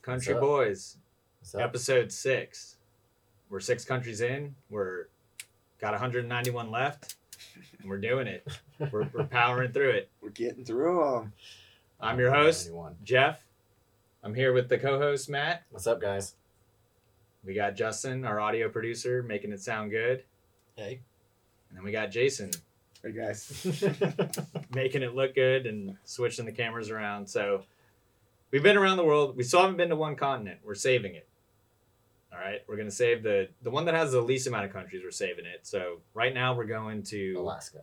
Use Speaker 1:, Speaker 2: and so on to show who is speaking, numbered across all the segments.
Speaker 1: Country
Speaker 2: up?
Speaker 1: Boys,
Speaker 2: What's up?
Speaker 1: episode six. We're six countries in. We're got 191 left, and we're doing it. We're, we're powering through it.
Speaker 3: We're getting through them.
Speaker 1: I'm your host,
Speaker 2: 91.
Speaker 1: Jeff. I'm here with the co-host Matt.
Speaker 2: What's up, guys?
Speaker 1: We got Justin, our audio producer, making it sound good,
Speaker 4: Hey,
Speaker 1: and then we got Jason
Speaker 3: Hey guys,
Speaker 1: making it look good and switching the cameras around. So we've been around the world. We still haven't been to one continent. We're saving it. All right, we're gonna save the the one that has the least amount of countries. We're saving it. So right now we're going to
Speaker 2: Alaska.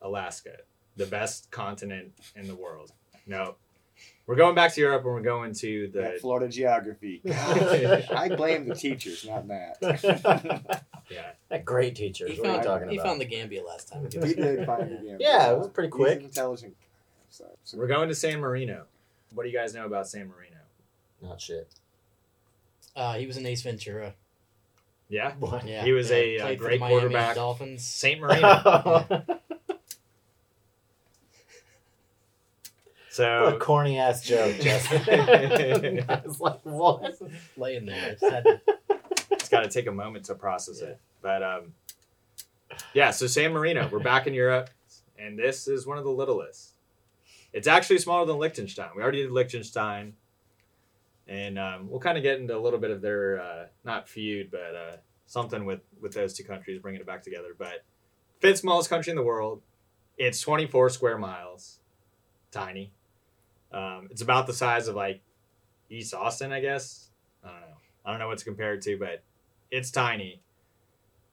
Speaker 1: Alaska, the best continent in the world. No, we're going back to Europe and we're going to
Speaker 3: that
Speaker 1: the
Speaker 3: Florida geography. God, I blame the teachers, not Matt.
Speaker 2: that
Speaker 1: yeah.
Speaker 2: great teacher.
Speaker 4: he
Speaker 2: is What are you
Speaker 4: found,
Speaker 2: talking
Speaker 4: he
Speaker 2: about?
Speaker 4: found the Gambia last time.
Speaker 3: We did find the game.
Speaker 2: Yeah, it was pretty
Speaker 3: He's
Speaker 2: quick.
Speaker 3: an intelligent. I'm Sorry.
Speaker 1: So we're going to San Marino. What do you guys know about San Marino?
Speaker 2: Not shit.
Speaker 4: Uh, he was in Ace Ventura.
Speaker 1: Yeah,
Speaker 2: What?
Speaker 4: Yeah,
Speaker 1: He was
Speaker 4: yeah,
Speaker 1: a, uh,
Speaker 4: played for the
Speaker 1: great
Speaker 4: Miami
Speaker 1: quarterback.
Speaker 4: Dolphins.
Speaker 1: Saint Marino.
Speaker 2: what a
Speaker 1: So
Speaker 2: corny ass joke, Justin. I was like, what?
Speaker 4: Laying there. Just had to-
Speaker 1: it's got to take a moment to process it. But um, yeah, so San Marino, we're back in Europe, and this is one of the littlest. It's actually smaller than Liechtenstein. We already did Liechtenstein, and um, we'll kind of get into a little bit of their uh, not feud, but uh, something with with those two countries, bringing it back together. But fifth smallest country in the world. It's 24 square miles, tiny. Um, it's about the size of like East Austin, I guess. I don't know. I don't know what to compare it to, but it's tiny.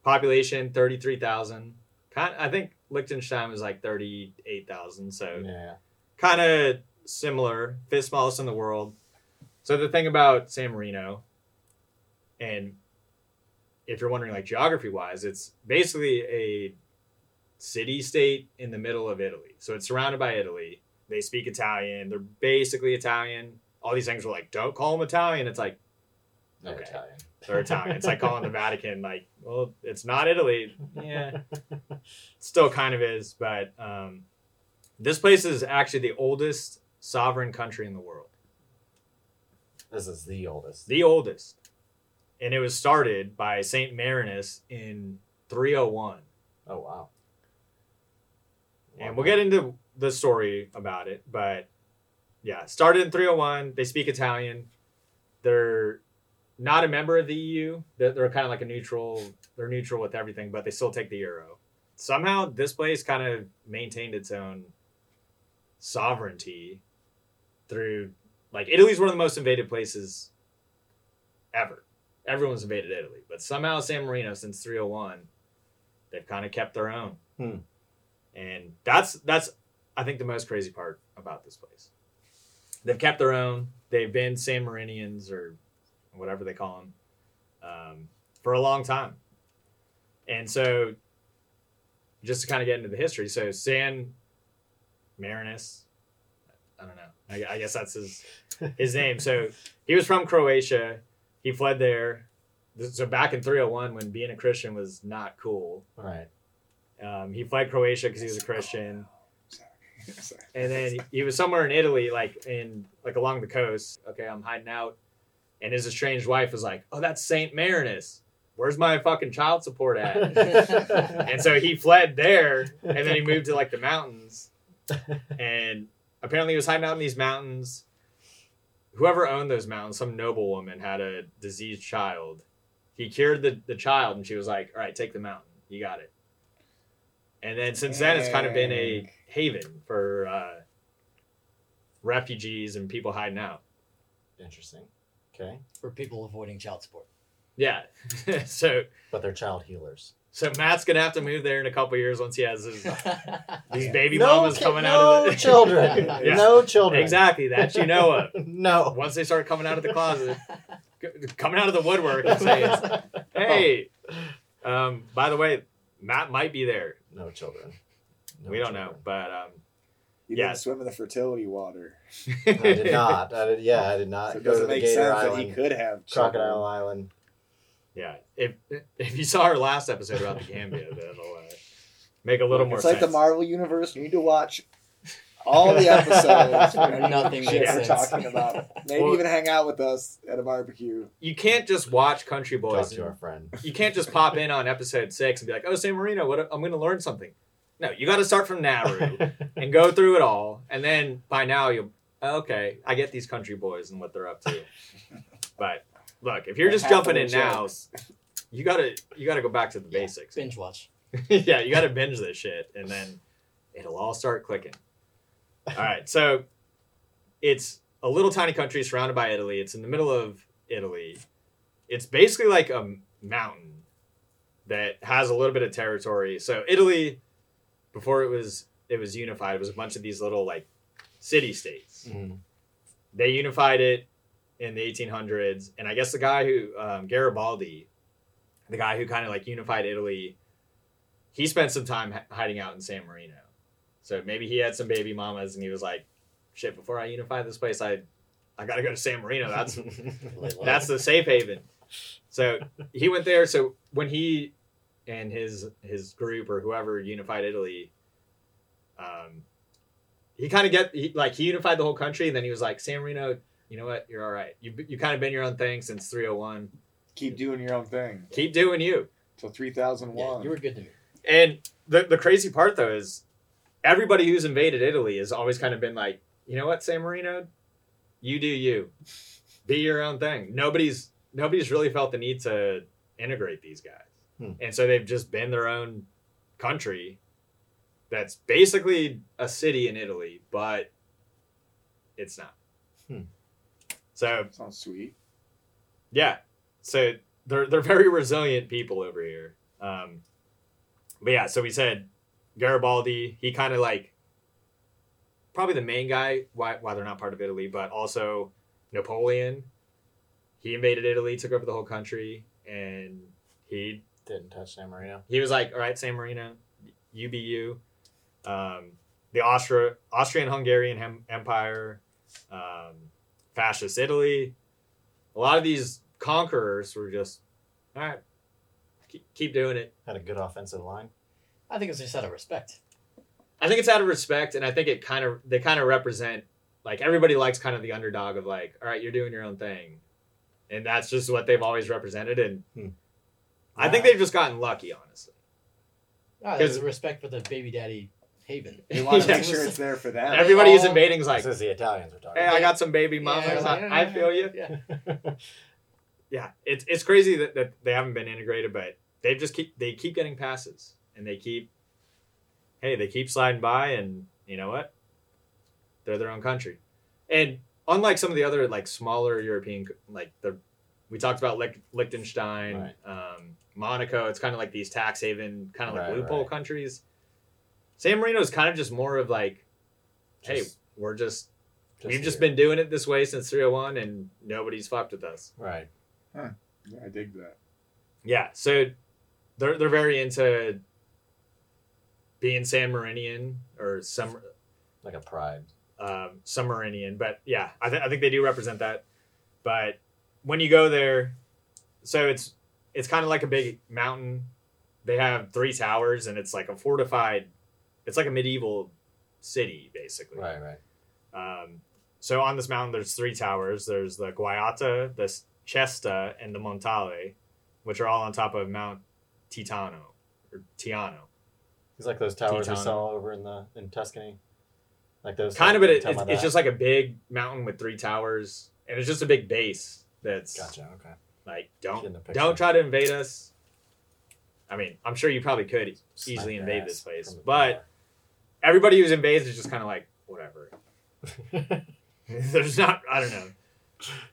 Speaker 1: Population thirty three thousand. Kind, I think Liechtenstein was like thirty eight thousand, so
Speaker 2: Yeah.
Speaker 1: kind of similar. Fifth smallest in the world. So the thing about San Marino, and if you're wondering, like geography wise, it's basically a city state in the middle of Italy. So it's surrounded by Italy. They speak Italian. They're basically Italian. All these things were like, don't call them Italian. It's like
Speaker 2: No
Speaker 1: Okay.
Speaker 2: Italian.
Speaker 1: third time. It's like calling the Vatican, like, well, it's not Italy. Yeah. Still kind of is, but um, this place is actually the oldest sovereign country in the world.
Speaker 2: This is the oldest.
Speaker 1: The oldest. And it was started by St. Marinus in 301.
Speaker 2: Oh, wow.
Speaker 1: And we'll get into the story about it, but yeah, started in 301. They speak Italian. They're not a member of the EU. They're, they're kind of like a neutral. They're neutral with everything, but they still take the euro. Somehow, this place kind of maintained its own sovereignty through, like, Italy's one of the most invaded places ever. Everyone's invaded Italy, but somehow San Marino, since 301, they've kind of kept their own.
Speaker 2: Hmm.
Speaker 1: And that's that's I think the most crazy part about this place. They've kept their own. They've been San Marinians or whatever they call them um, for a long time. And so, just to kind of get into the history, so San Marinus, I don't know. I, I guess that's his his name. So he was from Croatia. He fled there. So back in 301, when being a Christian was not cool,
Speaker 2: All right.
Speaker 1: um, he fled Croatia because he was a Christian
Speaker 3: Sorry. Sorry.
Speaker 1: and then he was somewhere in Italy, like in like along the coast. Okay, I'm hiding out, and his estranged wife was like, "Oh, that's Saint Marinus. Where's my fucking child support at?" and so he fled there, and then he moved to like the mountains, and apparently he was hiding out in these mountains. Whoever owned those mountains, some noble woman had a diseased child. He cured the, the child, and she was like, "All right, take the mountain. You got it." And then since then, it's kind of been a
Speaker 3: Dang.
Speaker 1: haven for uh, refugees and people hiding out.
Speaker 2: Interesting. Okay.
Speaker 4: for people avoiding child support.
Speaker 1: Yeah. so
Speaker 2: But they're child healers.
Speaker 1: so Matt's gonna have to move there in a couple years once he has his these
Speaker 3: Yeah.
Speaker 1: baby
Speaker 2: no
Speaker 1: mamas
Speaker 2: ki-
Speaker 1: coming
Speaker 2: no
Speaker 1: out of the
Speaker 2: children.
Speaker 1: Yeah.
Speaker 2: No children.
Speaker 1: Exactly, that you know of.
Speaker 2: No.
Speaker 1: Once they start coming out of the closet, c- coming out of the woodwork and saying,
Speaker 2: Oh.
Speaker 1: "Hey, um, by the way, Matt might be there.
Speaker 2: No children. No
Speaker 1: we don't know,
Speaker 2: children.
Speaker 1: but um,
Speaker 3: You
Speaker 1: Yeah.
Speaker 3: didn't swim in the fertility water.
Speaker 2: I did not. I did, yeah, I did not
Speaker 3: So it
Speaker 2: Uh, go to
Speaker 3: doesn't
Speaker 2: the
Speaker 3: make
Speaker 2: Gator
Speaker 3: sense
Speaker 2: Island.
Speaker 3: that he could have
Speaker 2: Crocodile Island.
Speaker 1: yeah, if if you saw our last episode about the Gambia, that'll uh, make a little
Speaker 3: children.
Speaker 1: more
Speaker 3: It's like
Speaker 1: sense.
Speaker 3: the Marvel universe. You need to watch all the episodes.
Speaker 4: Where nothing
Speaker 3: Shit
Speaker 4: makes
Speaker 3: we're
Speaker 4: sense.
Speaker 3: talking about. it. Maybe
Speaker 1: Well-
Speaker 3: even hang out with us at a barbecue.
Speaker 1: You can't just watch Country
Speaker 2: Talk
Speaker 1: Boys.
Speaker 2: to our friend.
Speaker 1: You can't just pop in on episode six and be like, "Oh, San Marino, what? I'm going to learn something." No, you got to start from Nauru and go through it all, and then by now you'll "Oh, okay. I get these Country Boys and what they're up to. But look, if you're
Speaker 3: I
Speaker 1: just
Speaker 3: have to
Speaker 1: jumping in
Speaker 3: enjoy
Speaker 1: now, you gotta you gotta go back to the
Speaker 4: Yeah,
Speaker 1: basics.
Speaker 4: Binge watch.
Speaker 1: yeah, you got to binge this shit, and then it'll all start clicking. All right, so it's a little tiny country surrounded by Italy. It's in the middle of Italy. It's basically like a mountain that has a little bit of territory. So Italy, before it was it was unified, it was a bunch of these little like city states
Speaker 2: Mm-hmm.
Speaker 4: Mhm.
Speaker 1: they unified it in the 1800s and i guess the guy who um, garibaldi the guy who kind of like unified italy he spent some time h- hiding out in san marino so maybe he had some baby mamas and he was like shit before i unify this place i i gotta go to san marino that's
Speaker 4: Lay low.
Speaker 1: that's the safe haven so he went there so when he and his his group or whoever unified italy um he kind of get he, like he unified the whole country and then he was like san marino you know what you're all right you you kind of been your own thing since 301
Speaker 3: Keep doing your own thing
Speaker 1: keep doing you
Speaker 3: till
Speaker 4: yeah,
Speaker 3: 3001.
Speaker 4: you were good to me.
Speaker 1: and the the crazy part though is everybody who's invaded italy has always kind of been like you know what san marino you do you be your own thing nobody's nobody's really felt the need to integrate these guys
Speaker 2: Hmm.
Speaker 1: and so they've just been their own country that's basically a city in italy but it's not
Speaker 2: Hmm.
Speaker 1: so
Speaker 3: Sounds sweet.
Speaker 1: yeah. So they're they're very resilient people over here. Um, but yeah, so we said Garibaldi. He kind of like probably the main guy why why they're not part of Italy, but also Napoleon. He invaded Italy, took over the whole country, and he
Speaker 2: Didn't touch San Marino.
Speaker 1: he was like, all right, San Marino, you be you. Um, the Austro Austrian Hungarian hem- Empire, um, fascist Italy. A lot of these conquerors were just, all right, keep, keep doing it.
Speaker 2: Had a good offensive line.
Speaker 4: I think it was just out of respect.
Speaker 1: I think it's out of respect, and I think it kind of they kind of represent like everybody likes kind of the underdog of like, all right, you're doing your own thing, and that's just what they've always represented. And
Speaker 2: Hmm.
Speaker 1: I think they've just gotten lucky, honestly.
Speaker 4: Ah, there's
Speaker 1: 'Cause-
Speaker 4: a respect for the baby daddy haven.
Speaker 3: They want to
Speaker 1: Yeah.
Speaker 3: make sure it's there for them.
Speaker 1: Everybody who's
Speaker 4: all-
Speaker 1: invading's like,
Speaker 2: this is the Italians we're talking
Speaker 1: hey, I got some baby
Speaker 4: Yeah,
Speaker 1: mamas.
Speaker 4: like,
Speaker 1: I, I feel you.
Speaker 4: Yeah.
Speaker 2: about.
Speaker 1: Yeah, it's it's crazy that, that they haven't been integrated, but they just keep they keep getting passes and they keep, hey, they keep sliding by, and you know what? They're their own country, and unlike some of the other like smaller European c- like the, we talked about Lich- Liechtenstein, um, Monaco. It's kind of like these tax haven kind of like
Speaker 2: Right,
Speaker 1: loophole
Speaker 2: right.
Speaker 1: countries. San Marino is kind of just more of like, hey,
Speaker 2: Just-
Speaker 1: we're just We've just
Speaker 2: here.
Speaker 1: been doing it this way since 301 and nobody's fucked with us.
Speaker 2: right.
Speaker 3: Yeah, I dig that.
Speaker 1: Yeah, so they're they're very into being San Marinian or some
Speaker 2: Like a pride.
Speaker 1: um Submarinian, but yeah, I, th- I think they do represent that. But when you go there, so it's it's kind of like a big mountain. They have three towers and it's like a fortified it's like a medieval city basically.
Speaker 2: Right, right.
Speaker 1: Um, so on this mountain, there's three towers. There's the Guayata, the Chesta, and the Montale, which are all on top of Mount Titano or Tiano.
Speaker 2: He's like those towers we
Speaker 1: Teton.
Speaker 2: saw over in the in Tuscany. Like those.
Speaker 1: Kind of, but it,
Speaker 2: Tell
Speaker 1: it's,
Speaker 2: me
Speaker 1: it's
Speaker 2: that.
Speaker 1: just like a big mountain with three towers, and it's just a big base that's
Speaker 2: Gotcha. Okay.
Speaker 1: like don't
Speaker 2: Getting the picture.
Speaker 1: don't try to invade us. I mean, I'm sure you probably could e-,
Speaker 2: Snipe
Speaker 1: easily
Speaker 2: their
Speaker 1: invade
Speaker 2: ass
Speaker 1: this place,
Speaker 2: from the
Speaker 1: but everybody who's invades is just kind of like whatever.
Speaker 2: tower.
Speaker 1: There's not, I don't know.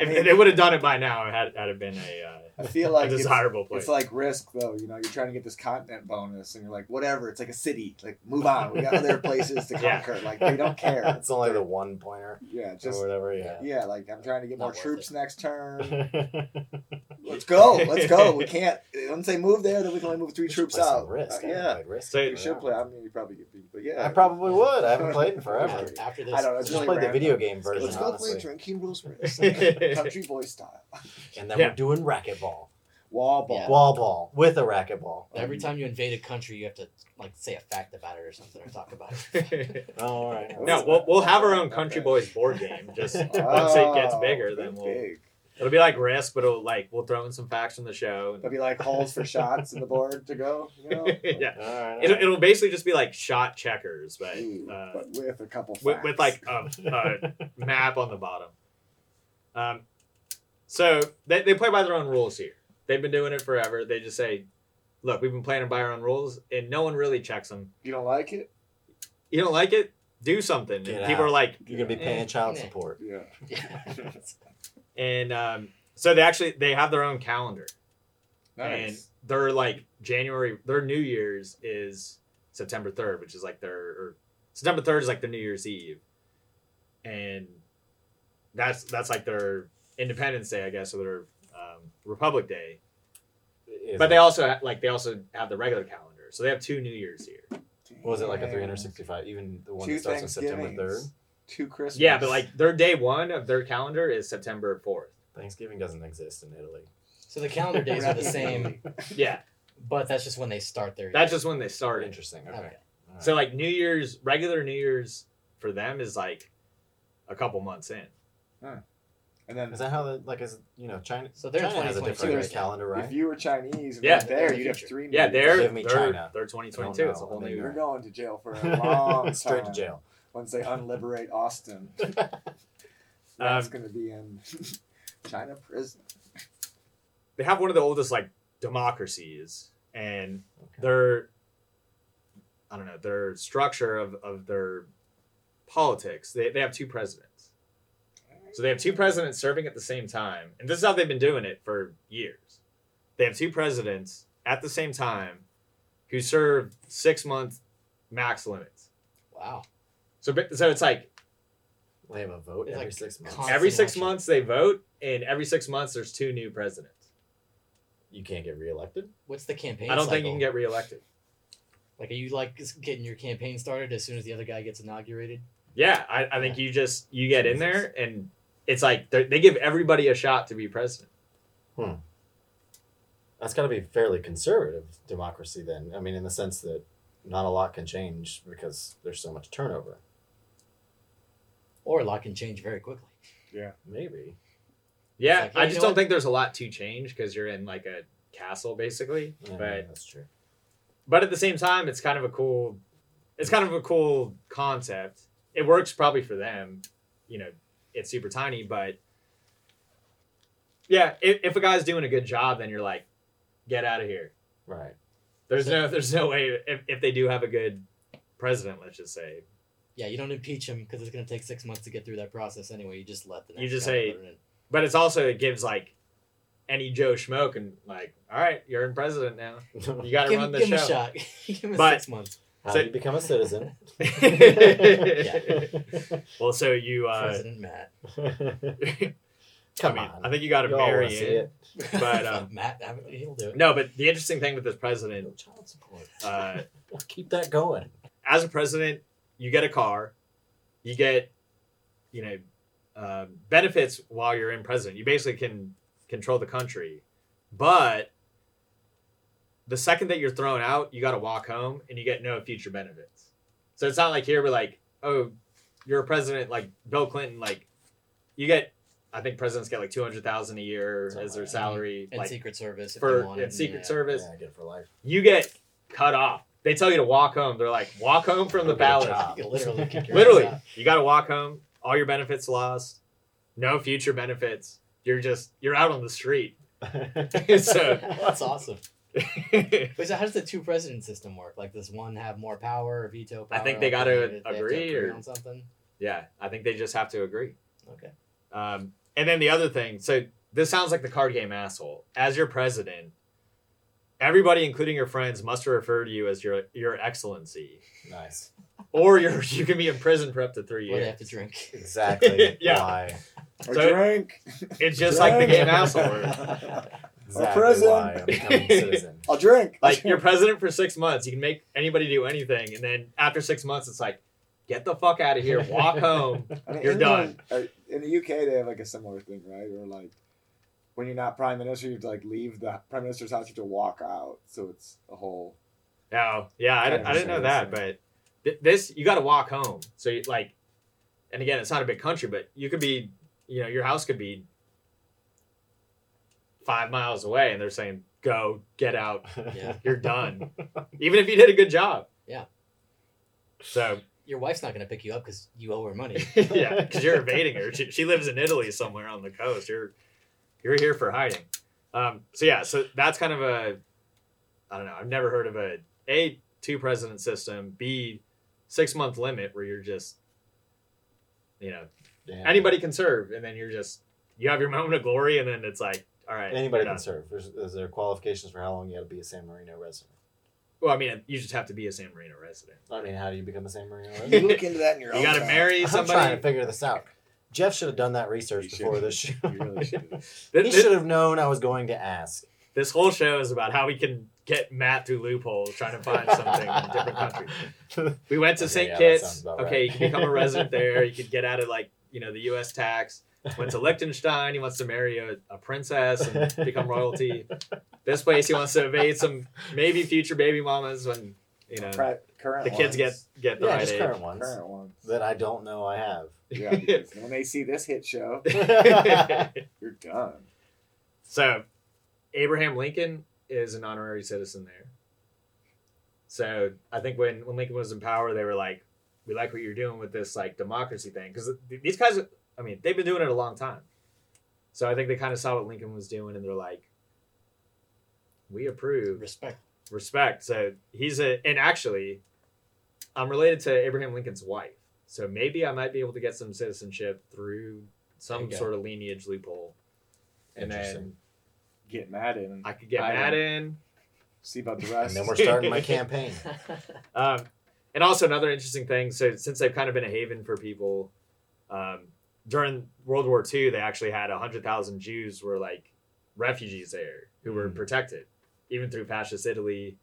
Speaker 1: If they would have done it by now, had had it been a, uh,
Speaker 3: I feel like
Speaker 1: a
Speaker 3: it's,
Speaker 1: desirable place.
Speaker 3: it's like risk though. You know, you're trying to get this content bonus, and you're like, whatever. It's like a city. Like, move on. We got other places to
Speaker 1: Yeah.
Speaker 3: conquer. Like, they don't care.
Speaker 2: it's only the one pointer
Speaker 3: Yeah,
Speaker 2: or
Speaker 3: just
Speaker 2: whatever. Yeah.
Speaker 3: yeah. Like, I'm trying to get
Speaker 4: Not
Speaker 3: more
Speaker 4: worth
Speaker 3: troops
Speaker 4: it.
Speaker 3: next turn.
Speaker 2: Let's
Speaker 3: Let's go. Let's go. We can't. Once they move there, then we can only move three troops out.
Speaker 2: Risk. I
Speaker 3: Uh,
Speaker 2: haven't
Speaker 3: yeah,
Speaker 2: played risk
Speaker 1: So-
Speaker 2: in
Speaker 3: you should
Speaker 2: forever.
Speaker 3: play. I mean, you probably get beat, but yeah,
Speaker 2: I probably would. I haven't played in forever.
Speaker 4: After, after this,
Speaker 3: I don't know, it's
Speaker 2: Just
Speaker 3: really
Speaker 2: played the
Speaker 3: random.
Speaker 2: video game version,
Speaker 3: Let's go play
Speaker 2: honestly.
Speaker 3: drinking rules risk, country boy style.
Speaker 2: And then
Speaker 1: Yeah.
Speaker 2: we're doing racquetball.
Speaker 3: Wall ball.
Speaker 4: Yeah.
Speaker 2: Wall ball with a racquetball.
Speaker 4: Every time you invade a country, you have to like say a fact about it or something or talk about it.
Speaker 1: no,
Speaker 2: Oh, all right.
Speaker 1: we'll, we'll have our own Country Boys board game. Just once it gets
Speaker 3: Oh,
Speaker 1: bigger, then
Speaker 3: that'd be
Speaker 1: we'll.
Speaker 3: big.
Speaker 1: It'll be like risk, but it'll like we'll throw in some facts from the show.
Speaker 3: There'll be like holes for shots in the board to go. You know?
Speaker 1: And, yeah,
Speaker 2: All right.
Speaker 1: it'll, it'll basically just be like shot checkers, but
Speaker 3: Ooh,
Speaker 1: uh,
Speaker 3: but with a couple facts.
Speaker 1: with, with like a, a map on the bottom. Um, so they, they play by their own rules here. They've been doing it forever. They just say, "Look, we've been playing by our own rules, and no one really checks them.
Speaker 3: you don't like it?
Speaker 1: You don't like it? Do something."
Speaker 2: Get
Speaker 1: and people
Speaker 2: out.
Speaker 1: are like,
Speaker 2: You're gonna be paying child
Speaker 4: Yeah.
Speaker 2: support.
Speaker 3: Yeah.
Speaker 4: Yeah.
Speaker 1: and um, so they actually they have their own calendar, and
Speaker 3: Nice.
Speaker 1: their like January, their New Year's is September third, which is like their or September third is like their New Year's Eve, and that's that's like their Independence Day, I guess, or their um, Republic Day.
Speaker 2: Is
Speaker 1: but
Speaker 2: it-
Speaker 1: they also ha- like they also have the regular calendar, so they have two New Years here.
Speaker 2: what was it like a
Speaker 3: Damn.
Speaker 2: 365? Even the one
Speaker 3: Two
Speaker 2: that starts on September third.
Speaker 3: Thanksgivings. Two Christmas.
Speaker 1: Yeah, but like their day one of their calendar is September fourth.
Speaker 2: Thanksgiving doesn't exist in Italy.
Speaker 4: so the calendar days are the same,
Speaker 1: Yeah,
Speaker 4: but that's just when they start their.
Speaker 1: that's just when they started.
Speaker 2: Interesting. Okay.
Speaker 4: Okay.
Speaker 2: All right.
Speaker 1: So like New Year's, regular New Year's for them is like a couple months in.
Speaker 3: And then
Speaker 2: is that how the like is you know China?
Speaker 4: So they're in
Speaker 2: China has a
Speaker 4: 2022
Speaker 2: different
Speaker 3: right now.
Speaker 2: calendar, right?
Speaker 3: if you were Chinese and
Speaker 1: Yeah.
Speaker 3: went there, you'd have three.
Speaker 1: Yeah,
Speaker 3: meals.
Speaker 1: they're
Speaker 2: Give me
Speaker 1: they're,
Speaker 2: China.
Speaker 1: They're
Speaker 2: I
Speaker 1: 2022.
Speaker 2: don't
Speaker 1: It's a
Speaker 2: know.
Speaker 1: whole
Speaker 2: They-
Speaker 1: new
Speaker 3: You're
Speaker 1: year.
Speaker 3: going to jail for a long
Speaker 2: Straight to
Speaker 3: time.
Speaker 2: jail.
Speaker 3: Once they unliberate Austin, that's
Speaker 1: Um,
Speaker 3: going to be in China prison.
Speaker 1: They have one of the oldest like democracies, and
Speaker 2: Okay.
Speaker 1: their I don't know their structure of of their politics. They they have two presidents, so they have two presidents serving at the same time, and this is how they've been doing it for years. They have two presidents at the same time, who serve six month max limits.
Speaker 4: wow.
Speaker 1: So bi- so it's like
Speaker 2: They have a vote
Speaker 4: It's
Speaker 2: every
Speaker 4: like
Speaker 2: six months.
Speaker 4: constant-
Speaker 1: every six
Speaker 4: election.
Speaker 1: months they vote, and every six months there's two new presidents.
Speaker 2: you can't get reelected.
Speaker 4: What's the campaign?
Speaker 1: I don't
Speaker 4: cycle?
Speaker 1: think you can get reelected.
Speaker 4: Like, are you like just getting your campaign started as soon as the other guy gets inaugurated?
Speaker 1: Yeah, I, I think you just you get in
Speaker 2: Jesus.
Speaker 1: there and it's like they're- they give everybody a shot to be president.
Speaker 2: That's got to be fairly conservative democracy then. I mean, in the sense that not a lot can change because there's so much turnover.
Speaker 4: Or a lot can change very quickly.
Speaker 2: Maybe.
Speaker 1: Yeah,
Speaker 4: like,
Speaker 1: I
Speaker 4: yeah,
Speaker 1: just
Speaker 4: you know
Speaker 1: don't
Speaker 4: what?
Speaker 1: think there's a lot to change because you're in like a castle basically.
Speaker 2: Yeah,
Speaker 1: But
Speaker 2: that's true.
Speaker 1: but at the same time, it's kind of a cool, it's kind of a cool concept. It works probably for them, you know. It's super tiny, but yeah, if, if a guy's doing a good job, then you're like, get out of here.
Speaker 2: Right.
Speaker 1: There's no there's no way if, if they do have a good president, let's just say.
Speaker 4: Yeah, you don't impeach him because it's going to take six months to get through that process anyway. You just let the
Speaker 1: You
Speaker 4: next
Speaker 1: just
Speaker 4: guy
Speaker 1: say-
Speaker 4: put it in.
Speaker 1: But it's also it gives like any Joe Schmoke and like, all right, you're in president now. You gotta
Speaker 4: give,
Speaker 1: run the
Speaker 4: give
Speaker 1: show.
Speaker 4: him a shot. give him
Speaker 1: But-
Speaker 4: six months.
Speaker 2: How
Speaker 1: So-
Speaker 2: do you become a citizen?
Speaker 1: Well, so you uh
Speaker 4: President Matt.
Speaker 2: Come
Speaker 1: I mean,
Speaker 2: on.
Speaker 1: I think you gotta
Speaker 2: You all wanna
Speaker 1: marry
Speaker 2: see
Speaker 1: it.
Speaker 2: it.
Speaker 1: But, um,
Speaker 4: Matt, I mean, he'll do it.
Speaker 1: No, but the interesting thing with this
Speaker 2: No
Speaker 1: president,
Speaker 2: child support.
Speaker 1: uh
Speaker 2: Keep that going.
Speaker 1: as a president, you get a car, you get, you know, uh, benefits while you're in president. You basically can control the country, but the second that you're thrown out, you got to walk home and you get no future benefits. So it's not like here we're like, oh, you're a president like Bill Clinton, like you get. I think presidents get like two hundred thousand a year
Speaker 2: Something
Speaker 1: as their
Speaker 2: like that.
Speaker 1: salary,
Speaker 4: And
Speaker 1: like
Speaker 4: Secret Service. If they
Speaker 1: for
Speaker 4: want
Speaker 1: yeah,
Speaker 4: it,
Speaker 1: Secret
Speaker 4: yeah.
Speaker 1: Service.
Speaker 2: Yeah, I get it for life.
Speaker 1: You get cut off. They tell you to walk home. They're like, walk home from the
Speaker 2: Go get a
Speaker 1: ballot.
Speaker 2: job.
Speaker 4: You can literally kick your
Speaker 1: Literally,
Speaker 4: ass out.
Speaker 1: you got to walk home. All your benefits lost. No future benefits. You're just you're out on the street. So-
Speaker 4: That's awesome.
Speaker 1: I
Speaker 4: Wait, so how does the two president system work? Like, does one have more power or veto
Speaker 1: I
Speaker 4: power?
Speaker 1: think they
Speaker 4: Like,
Speaker 1: gotta
Speaker 4: have
Speaker 1: agree or-
Speaker 4: on something.
Speaker 1: yeah, I think they just have to agree.
Speaker 4: Okay.
Speaker 1: Um, and then the other thing, so this sounds like the card game asshole. As your president, everybody, including your friends, must refer to you as your your excellency,
Speaker 2: nice.
Speaker 1: or you you can be in prison for up to three
Speaker 4: Or they
Speaker 1: years.
Speaker 4: have to drink.
Speaker 2: Exactly.
Speaker 1: Yeah.
Speaker 2: Why?
Speaker 3: Or
Speaker 1: So-
Speaker 3: drink.
Speaker 1: It's just like the
Speaker 3: Drink.
Speaker 1: game asshole.
Speaker 2: Exactly
Speaker 3: prison.
Speaker 2: why I'm becoming a citizen.
Speaker 3: I'll drink.
Speaker 1: like you're president for six months you can make anybody do anything and then after six months it's like get the fuck out of here walk home
Speaker 3: I mean,
Speaker 1: you're
Speaker 3: England- uh, in the UK, they have like a similar thing, right? Or like when you're not prime minister, you have to like leave the prime minister's house. You have to walk out. So it's a whole.
Speaker 1: Oh, yeah, I,
Speaker 3: Yeah,
Speaker 1: didn't- I didn't know that,
Speaker 3: understand.
Speaker 1: but th- this you got to walk home. So you, like, and again, it's not a big country, but you could be, you know, your house could be five miles away, and they're saying, "Go, get out,
Speaker 4: Yeah.
Speaker 1: you're done," even if you did a good job.
Speaker 4: Yeah.
Speaker 1: So
Speaker 4: Your wife's not going to pick you up because you owe her money.
Speaker 1: yeah, because you're evading her. She, she lives in Italy somewhere on the coast. You're you're here for hiding. Um, so yeah, so that's kind of a I don't know. I've never heard of a a two president system. B six month limit where you're just you know
Speaker 2: Damn.
Speaker 1: anybody can serve, and then you're just you have your moment of glory, and then it's like all right,
Speaker 2: Anybody
Speaker 1: you're
Speaker 2: can
Speaker 1: done.
Speaker 2: serve. Is, is there qualifications for how long you got to be a San Marino resident?
Speaker 1: Well, I mean, you just have to be a San Marino resident.
Speaker 2: I mean, how do you become a San Marino
Speaker 3: You
Speaker 2: resident?
Speaker 3: look into that in your
Speaker 1: You
Speaker 3: own.
Speaker 1: got to
Speaker 3: time.
Speaker 1: marry
Speaker 2: I'm trying
Speaker 1: somebody.
Speaker 2: to figure this out. Jeff should have done that research
Speaker 3: You should.
Speaker 2: before this show.
Speaker 3: You really should.
Speaker 2: He
Speaker 1: Th- th-
Speaker 2: should have known I was going to ask.
Speaker 1: this whole show is about how we can get Matt through loopholes trying to find something in a different country. We went to
Speaker 2: Okay,
Speaker 1: St.
Speaker 2: yeah, that sounds
Speaker 1: Kitts.
Speaker 2: about
Speaker 1: Okay, you
Speaker 2: right.
Speaker 1: can become a resident there. You could get out of like you know the U.S. tax. Went to Liechtenstein. He wants to marry a, a princess and become royalty. This place, he wants to evade some maybe future baby mamas when you know
Speaker 3: Pri- current
Speaker 1: the kids get
Speaker 3: ones.
Speaker 1: get the
Speaker 2: yeah,
Speaker 1: right
Speaker 2: just
Speaker 1: age.
Speaker 2: current ones
Speaker 3: current ones.
Speaker 2: that I don't know I have.
Speaker 3: Yeah, because when they see this hit show, you're done.
Speaker 1: so Abraham Lincoln is an honorary citizen there. So I think when when Lincoln was in power, they were like, "We like what you're doing with this like democracy thing," because these guys, I mean, they've been doing it a long time. So I think they kind of saw what Lincoln was doing, and they're like, "We approve."
Speaker 4: Respect.
Speaker 1: respect. So he's a, and actually, I'm related to Abraham Lincoln's wife. So maybe I might be able to get some citizenship through
Speaker 4: There
Speaker 1: some
Speaker 4: you go.
Speaker 1: sort of lineage loophole. And then
Speaker 2: Interesting.
Speaker 3: Get mad and
Speaker 1: I could get
Speaker 3: I
Speaker 1: that
Speaker 3: don't-
Speaker 1: in.
Speaker 3: see about the
Speaker 2: And
Speaker 3: rest.
Speaker 2: then we're starting my campaign.
Speaker 1: Um, and also another interesting thing. So since they've kind of been a haven for people, um, during World War II, they actually had hundred thousand Jews were like refugees there who were
Speaker 2: Mm.
Speaker 1: protected, even through fascist Italy.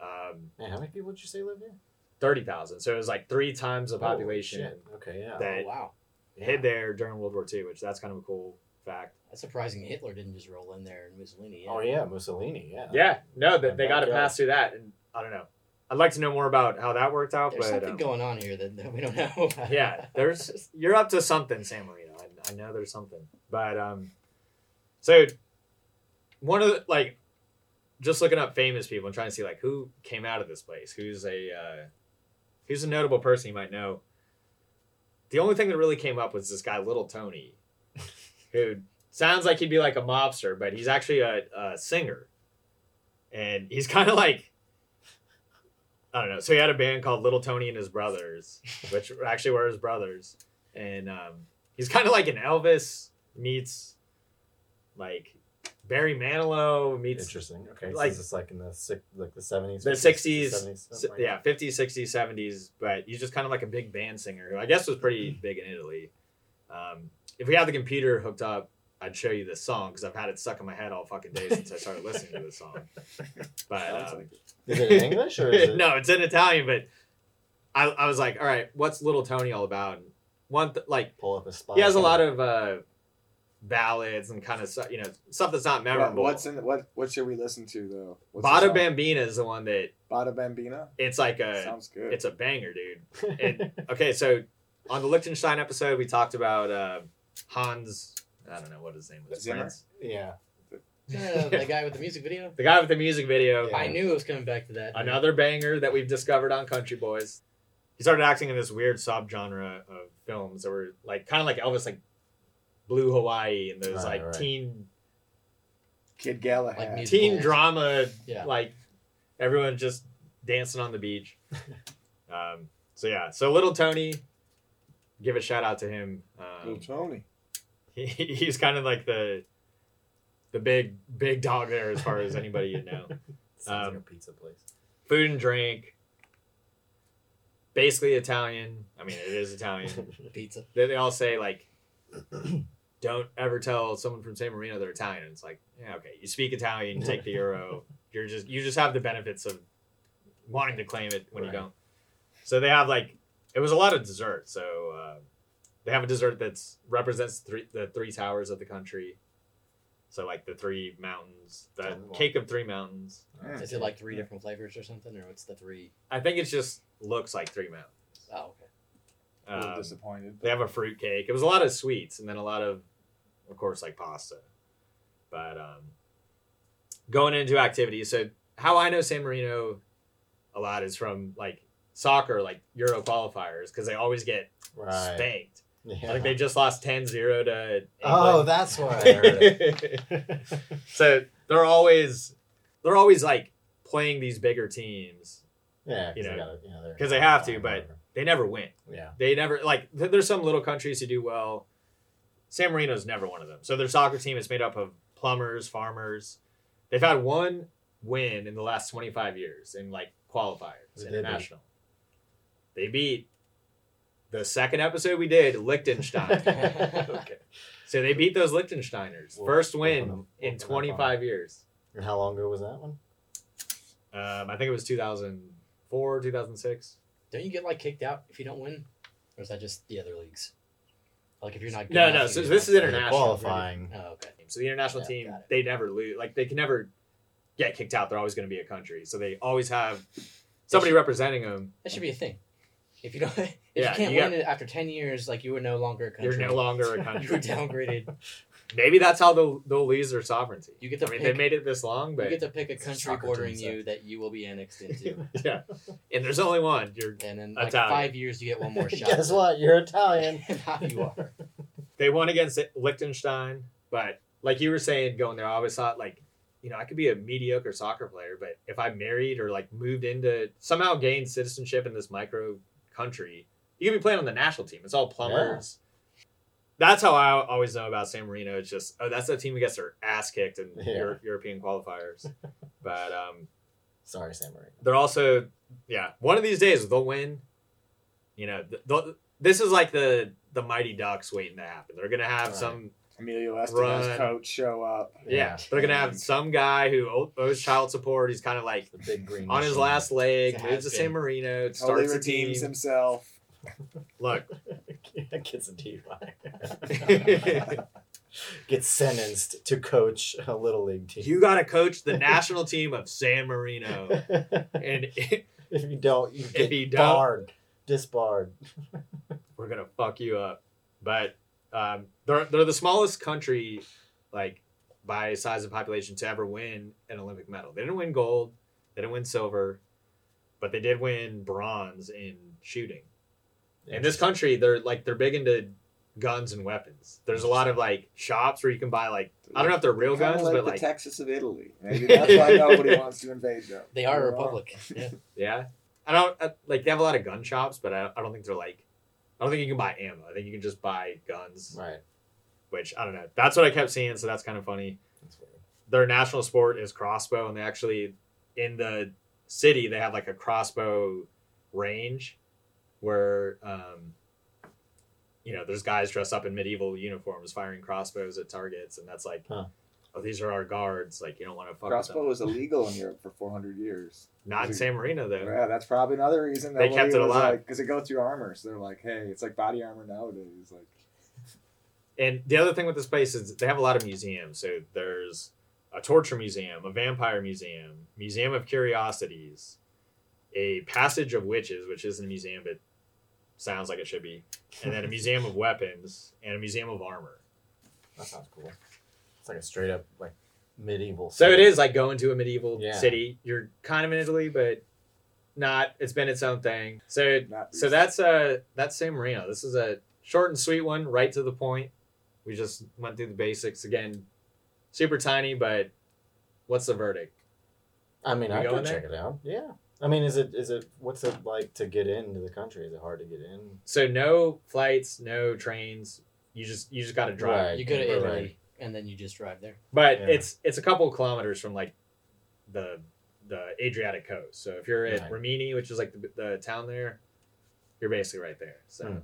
Speaker 1: Um,
Speaker 2: Man, how many people did you say live here?
Speaker 1: thirty thousand. So it was like three times the
Speaker 2: Holy
Speaker 1: population.
Speaker 2: Oh, shit. Okay, yeah.
Speaker 1: That-
Speaker 4: Oh, wow.
Speaker 1: hid there during World War II, which that's kind of a cool fact.
Speaker 4: That's surprising Hitler didn't just roll in there and Mussolini.
Speaker 2: Oh yeah, Mussolini. Yeah.
Speaker 1: Yeah, no, that
Speaker 2: And
Speaker 1: they got to
Speaker 2: backyard.
Speaker 1: pass through that, and I don't know. I'd like to know more about how that worked out,
Speaker 4: There's
Speaker 1: but
Speaker 4: something
Speaker 1: um,
Speaker 4: going on here that, that we don't know about.
Speaker 1: yeah, there's you're up to something, San Marino. I, I know there's something, but um, so one of the like just looking up famous people and trying to see like who came out of this place, who's a uh, who's a notable person you might know. The only thing that really came up was this guy, Little Tony, who sounds like he'd be like a mobster, but he's actually a, a singer, and he's kind of like. I don't know. So he had a band called Little Tony and His Brothers, which actually were his brothers, and um, he's kind of like an Elvis meets like Barry Manilow meets
Speaker 2: Interesting. Okay,
Speaker 1: Like-
Speaker 2: so is this like in the six, like the seventies,
Speaker 1: The 60s, S-
Speaker 2: like
Speaker 1: yeah, 50s, 60s, 70s, but he's just kind of like a big band singer who I guess was pretty big in Italy. Um, if we had the computer hooked up, I'd show you this song because I've had it stuck in my head all fucking day since I started listening to this song. But
Speaker 3: Sounds
Speaker 1: um,
Speaker 3: like it.
Speaker 2: Is it in English or is it?
Speaker 1: no, it's in Italian. But I, I was like, all right, what's Little Tony all about? And one th- like
Speaker 2: Pull up a spot.
Speaker 1: he has a lot of uh, ballads and kind of stuff, you know stuff that's not
Speaker 3: Well,
Speaker 1: memorable.
Speaker 3: what's in the, what? What should we listen to though? What's the
Speaker 1: Bada
Speaker 3: song?
Speaker 1: Bambina is the one that
Speaker 3: Bada Bambina.
Speaker 1: it's like a
Speaker 3: Sounds good.
Speaker 1: it's a banger, dude. and okay, so on the Liechtenstein episode, we talked about uh, Hans. I don't know what his name was.
Speaker 3: Zimmer?
Speaker 1: Franz?
Speaker 2: yeah.
Speaker 4: Uh, the guy with the music video.
Speaker 1: The guy with the music video.
Speaker 2: Yeah.
Speaker 4: I knew it was coming back to that.
Speaker 1: Another banger that we've discovered on Country Boys. He started acting in this weird subgenre of films that were like kind of like Elvis, like Blue Hawaii and those
Speaker 2: Right,
Speaker 1: like
Speaker 2: right.
Speaker 1: teen
Speaker 3: Kid Galahad.
Speaker 4: Like music-
Speaker 1: teen
Speaker 4: Musicals.
Speaker 1: drama
Speaker 4: Yeah.
Speaker 1: like everyone just dancing on the beach. um, so yeah, so little Tony, give a shout out to him. Um,
Speaker 3: Little Tony.
Speaker 1: he, he's kind of like the the big big dog there as far as anybody you know.
Speaker 2: Sounds
Speaker 1: Um,
Speaker 2: like a pizza place.
Speaker 1: Food and drink, basically Italian. I mean, it is Italian.
Speaker 4: pizza.
Speaker 1: they, they all say like, don't ever tell someone from San Marino they're Italian. It's like, yeah, okay, you speak Italian, you take the euro. You're just you just have the benefits of wanting to claim it when
Speaker 2: Right.
Speaker 1: you don't. So they have like it was a lot of dessert. So uh, they have a dessert that's represents three, the three towers of the country. So like the three mountains, the
Speaker 2: Tell me more.
Speaker 1: cake of three mountains.
Speaker 3: Yeah.
Speaker 4: Is it like three different flavors or something, or what's the three
Speaker 1: I think it just looks like three mountains.
Speaker 4: oh okay.
Speaker 3: A little
Speaker 1: Um,
Speaker 3: disappointed.
Speaker 1: they have a fruit cake. It was a lot of sweets and then a lot of, of course, like pasta. But um, going into activities, so how I know San Marino a lot is from like soccer, like Euro qualifiers, because they always get
Speaker 2: Right.
Speaker 1: spanked.
Speaker 2: Yeah.
Speaker 1: Like they just lost 10 0 to.
Speaker 2: oh,
Speaker 1: England.
Speaker 2: that's why I heard it.
Speaker 1: so they're always they're always like playing these bigger teams.
Speaker 2: Yeah,
Speaker 1: You know,
Speaker 2: because you know, they're-
Speaker 1: 'cause they have to, but- They never win.
Speaker 2: yeah,
Speaker 1: They never like th- there's some little countries who do well. San Marino's never one of them. So their soccer team is made up of plumbers, farmers. They've had one win in the last 25 years in like qualifiers
Speaker 2: Who did they
Speaker 1: international. They beat the second episode we did Liechtenstein.
Speaker 2: okay.
Speaker 1: so they beat those Liechtensteiners.
Speaker 2: Well,
Speaker 1: First
Speaker 2: open
Speaker 1: win
Speaker 2: them-
Speaker 1: in
Speaker 2: open them
Speaker 1: 25 years.
Speaker 2: And how long ago was that one?
Speaker 1: Um, I think it was 2004, 2006.
Speaker 4: Don't you get like kicked out if you don't win, or is that just the other leagues? Like if you're not good
Speaker 1: No,
Speaker 4: enough,
Speaker 1: no.
Speaker 4: you
Speaker 1: So
Speaker 4: get
Speaker 1: this is
Speaker 4: knocked
Speaker 1: international.
Speaker 2: qualifying.
Speaker 4: out. Oh okay.
Speaker 1: So the international
Speaker 4: Yeah,
Speaker 1: team,
Speaker 4: got it.
Speaker 1: they never lose. Like they can never get kicked out. They're always going to be a country. So they always have somebody representing them.
Speaker 4: That should be a thing. If you don't, if
Speaker 1: Yeah,
Speaker 4: you can't
Speaker 1: you
Speaker 4: win it after ten years, like you were no longer a country.
Speaker 1: You're no longer a
Speaker 4: you were
Speaker 1: country.
Speaker 4: downgraded.
Speaker 1: Maybe that's how they'll they'll lose their sovereignty.
Speaker 4: You get to
Speaker 1: I mean,
Speaker 4: pick-
Speaker 1: they made it this long,
Speaker 4: You
Speaker 1: but
Speaker 4: get to pick a
Speaker 2: It's a
Speaker 4: country
Speaker 2: soccer team,
Speaker 4: bordering
Speaker 2: so-
Speaker 4: you that you will be annexed into,
Speaker 1: yeah, and there's only one. You're
Speaker 4: and in like
Speaker 1: Italian.
Speaker 4: five years you get one more shot.
Speaker 2: Guess what? You're Italian.
Speaker 4: now you are.
Speaker 1: they won against Liechtenstein, but like you were saying, going there, I always thought like, you know, I could be a mediocre soccer player, but if I married or like moved into somehow gained citizenship in this micro country, you could be playing on the national team. It's all plumbers. That's how I always know about San Marino. It's just oh, that's the team who gets their ass kicked in
Speaker 2: Yeah.
Speaker 1: Euro- European qualifiers. but um,
Speaker 2: Sorry, San Marino.
Speaker 1: they're also yeah. One of these days they'll win. You know, th- they'll- this is like the the mighty ducks waiting to happen. They're gonna have
Speaker 2: Right.
Speaker 1: some
Speaker 3: Emilio Esteban's
Speaker 1: Run.
Speaker 3: coach show up.
Speaker 1: yeah, they're gonna have some guy who o- owes child support. He's kind of like
Speaker 2: The big green.
Speaker 1: on his
Speaker 2: machine.
Speaker 1: last leg,
Speaker 4: It's a
Speaker 1: moves to San
Speaker 4: has-been.
Speaker 1: Marino,
Speaker 3: Starts
Speaker 1: starts
Speaker 3: Ole
Speaker 1: a team.
Speaker 3: redeems himself.
Speaker 1: Look,
Speaker 2: Gets a DUI. Gets sentenced to coach a little league team.
Speaker 1: you gotta coach the national team of San Marino, and
Speaker 2: if you don't, you get
Speaker 1: you don't-
Speaker 2: barred, disbarred.
Speaker 1: we're gonna fuck you up. But um, they're they're the smallest country, like by size of population, to ever win an Olympic medal. They didn't win gold, they didn't win silver, but they did win bronze in shooting. in this country they're like they're big into guns and weapons there's a lot of like shops where you can buy like i don't know if they're real
Speaker 3: Kinda
Speaker 1: guns
Speaker 3: like
Speaker 1: but
Speaker 3: the
Speaker 1: like
Speaker 3: Texas of Italy. Maybe that's why nobody wants to invade them.
Speaker 4: They are
Speaker 3: They
Speaker 4: a
Speaker 3: are.
Speaker 4: republic. Yeah.
Speaker 1: yeah i don't I, like they have a lot of gun shops but I, I don't think they're like i don't think you can buy ammo i think you can just buy guns
Speaker 2: Right.
Speaker 1: which i don't know that's what i kept seeing so that's kind of funny
Speaker 2: That's weird.
Speaker 1: their national sport is crossbow and they actually in the city they have like a crossbow range where um you know there's guys dressed up in medieval uniforms firing crossbows at targets and that's like
Speaker 2: Huh.
Speaker 1: oh these are our guards like you don't want to fuck
Speaker 3: Crossbow
Speaker 1: with them
Speaker 3: was illegal in Europe for 400 years.
Speaker 1: not in San Marino though
Speaker 3: Yeah, that's probably another reason
Speaker 1: They kept it alive.
Speaker 3: because it goes through armor. So they're like, hey, it's like body armor nowadays. Like,
Speaker 1: And the other thing with this place is they have a lot of museums. So there's a torture museum, a vampire museum, museum of curiosities, a passage of witches, which isn't a museum but sounds like it should be, and then a museum of weapons and a museum of armor.
Speaker 2: That sounds cool. It's like a straight up like medieval.
Speaker 1: So it
Speaker 2: city.
Speaker 1: is like going to a medieval
Speaker 2: Yeah.
Speaker 1: city. You're kind of in Italy, but not. It's been its own thing. So
Speaker 3: not
Speaker 1: so that's uh that's San Marino. This is a short and sweet one, right to the point. We just went through the basics again. Super tiny, but what's the verdict?
Speaker 2: I mean,
Speaker 1: You
Speaker 2: I
Speaker 1: going
Speaker 2: could check it out. Yeah. I mean, is it is it what's it like to get into the country? Is it hard to get in?
Speaker 1: So no flights, no trains. You just you just got to drive.
Speaker 2: Right.
Speaker 4: You go to
Speaker 2: Right.
Speaker 4: Italy and then you just drive there.
Speaker 1: But
Speaker 2: Yeah.
Speaker 1: it's it's a couple kilometers from like the the Adriatic coast. So if you're at
Speaker 2: Right.
Speaker 1: Rimini, which is like the, the town there, you're basically right there. So
Speaker 2: Hmm.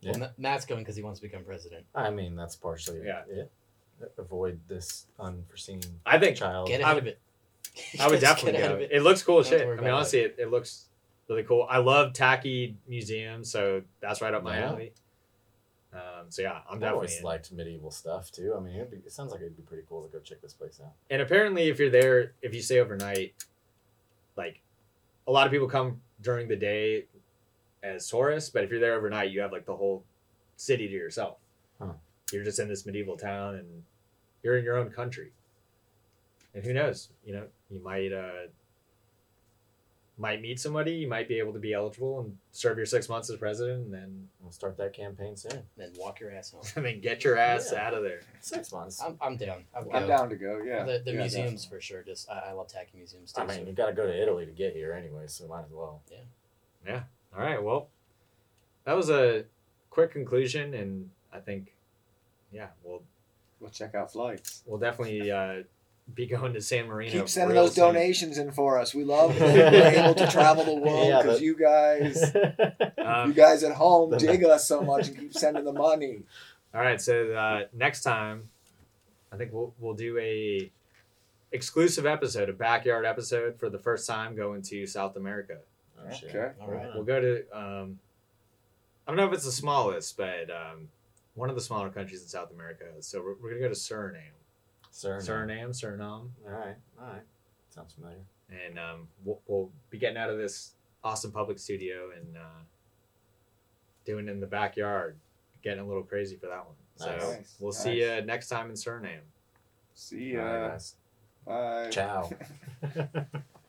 Speaker 2: Yeah.
Speaker 4: Well, Ma- Matt's going because he wants to become president.
Speaker 2: I mean, that's partially
Speaker 1: Yeah.
Speaker 2: it. Avoid this unforeseen
Speaker 1: I think
Speaker 2: child.
Speaker 4: Get
Speaker 1: I
Speaker 4: ahead
Speaker 1: would-
Speaker 4: of it.
Speaker 1: I would
Speaker 4: Just get
Speaker 1: definitely
Speaker 4: ahead
Speaker 1: go.
Speaker 4: of
Speaker 1: It. looks cool as
Speaker 4: Don't
Speaker 1: shit. I
Speaker 4: worry
Speaker 1: mean,
Speaker 4: about it.
Speaker 1: honestly, it, it looks really cool. I love tacky museums, so that's right up my
Speaker 2: Yeah.
Speaker 1: alley. Um, so yeah, I'm
Speaker 2: I've always
Speaker 1: definitely in.
Speaker 2: liked medieval stuff too. I mean, it'd be, it sounds like it'd be pretty cool to go check this place out.
Speaker 1: And apparently, if you're there, if you stay overnight, like a lot of people come during the day as tourists, but if you're there overnight, you have like the whole city to yourself.
Speaker 2: Huh.
Speaker 1: You're just in this medieval town and you're in your own country. And who knows? You know, you might uh might meet somebody, you might be able to be eligible and serve your six months as president and then
Speaker 2: We'll start that campaign soon.
Speaker 4: Then walk your ass home.
Speaker 1: and then get your ass
Speaker 2: Yeah.
Speaker 1: out of there.
Speaker 2: Six months.
Speaker 4: I'm, I'm down. I'd
Speaker 3: I'm
Speaker 4: go.
Speaker 3: down to go. Yeah.
Speaker 4: The, the
Speaker 3: Yeah,
Speaker 4: museums
Speaker 3: definitely.
Speaker 4: for sure. Just I, I love tacking museums too.
Speaker 2: I mean,
Speaker 4: so-
Speaker 2: you got to go to Italy to get here anyway, so might as well.
Speaker 1: All right. Well, that was a quick conclusion, and I think, yeah, we'll
Speaker 3: We'll check out flights.
Speaker 1: we'll definitely uh, be going to San Marino.
Speaker 3: Keep sending
Speaker 1: real
Speaker 3: those
Speaker 1: soon.
Speaker 3: donations in for us. We love that we're able to travel the world
Speaker 2: Yeah,
Speaker 3: because
Speaker 2: but-
Speaker 3: you
Speaker 2: Oh,
Speaker 3: guys, you
Speaker 1: Um,
Speaker 3: guys at home,
Speaker 2: The-
Speaker 3: dig us so much and keep sending the money.
Speaker 1: all right. So uh, next time, I think we'll we'll do a exclusive episode, a backyard episode for the first time going to South America.
Speaker 2: Oh, shit.
Speaker 3: Okay.
Speaker 4: all right.
Speaker 1: We'll go to. Um, I don't know if it's the smallest, but um, one of the smaller countries in South America. So we're, we're gonna go to Suriname.
Speaker 2: Suriname.
Speaker 1: Suriname, Suriname.
Speaker 2: All right. All right. Sounds familiar.
Speaker 1: and um, we'll, we'll be getting out of this Austin public studio and uh, doing it in the backyard, getting a little crazy for that one. So
Speaker 3: Nice.
Speaker 1: we'll
Speaker 3: Nice.
Speaker 1: see you next time in Suriname.
Speaker 3: See
Speaker 2: All right,
Speaker 3: ya.
Speaker 2: guys.
Speaker 3: Bye.
Speaker 2: Ciao.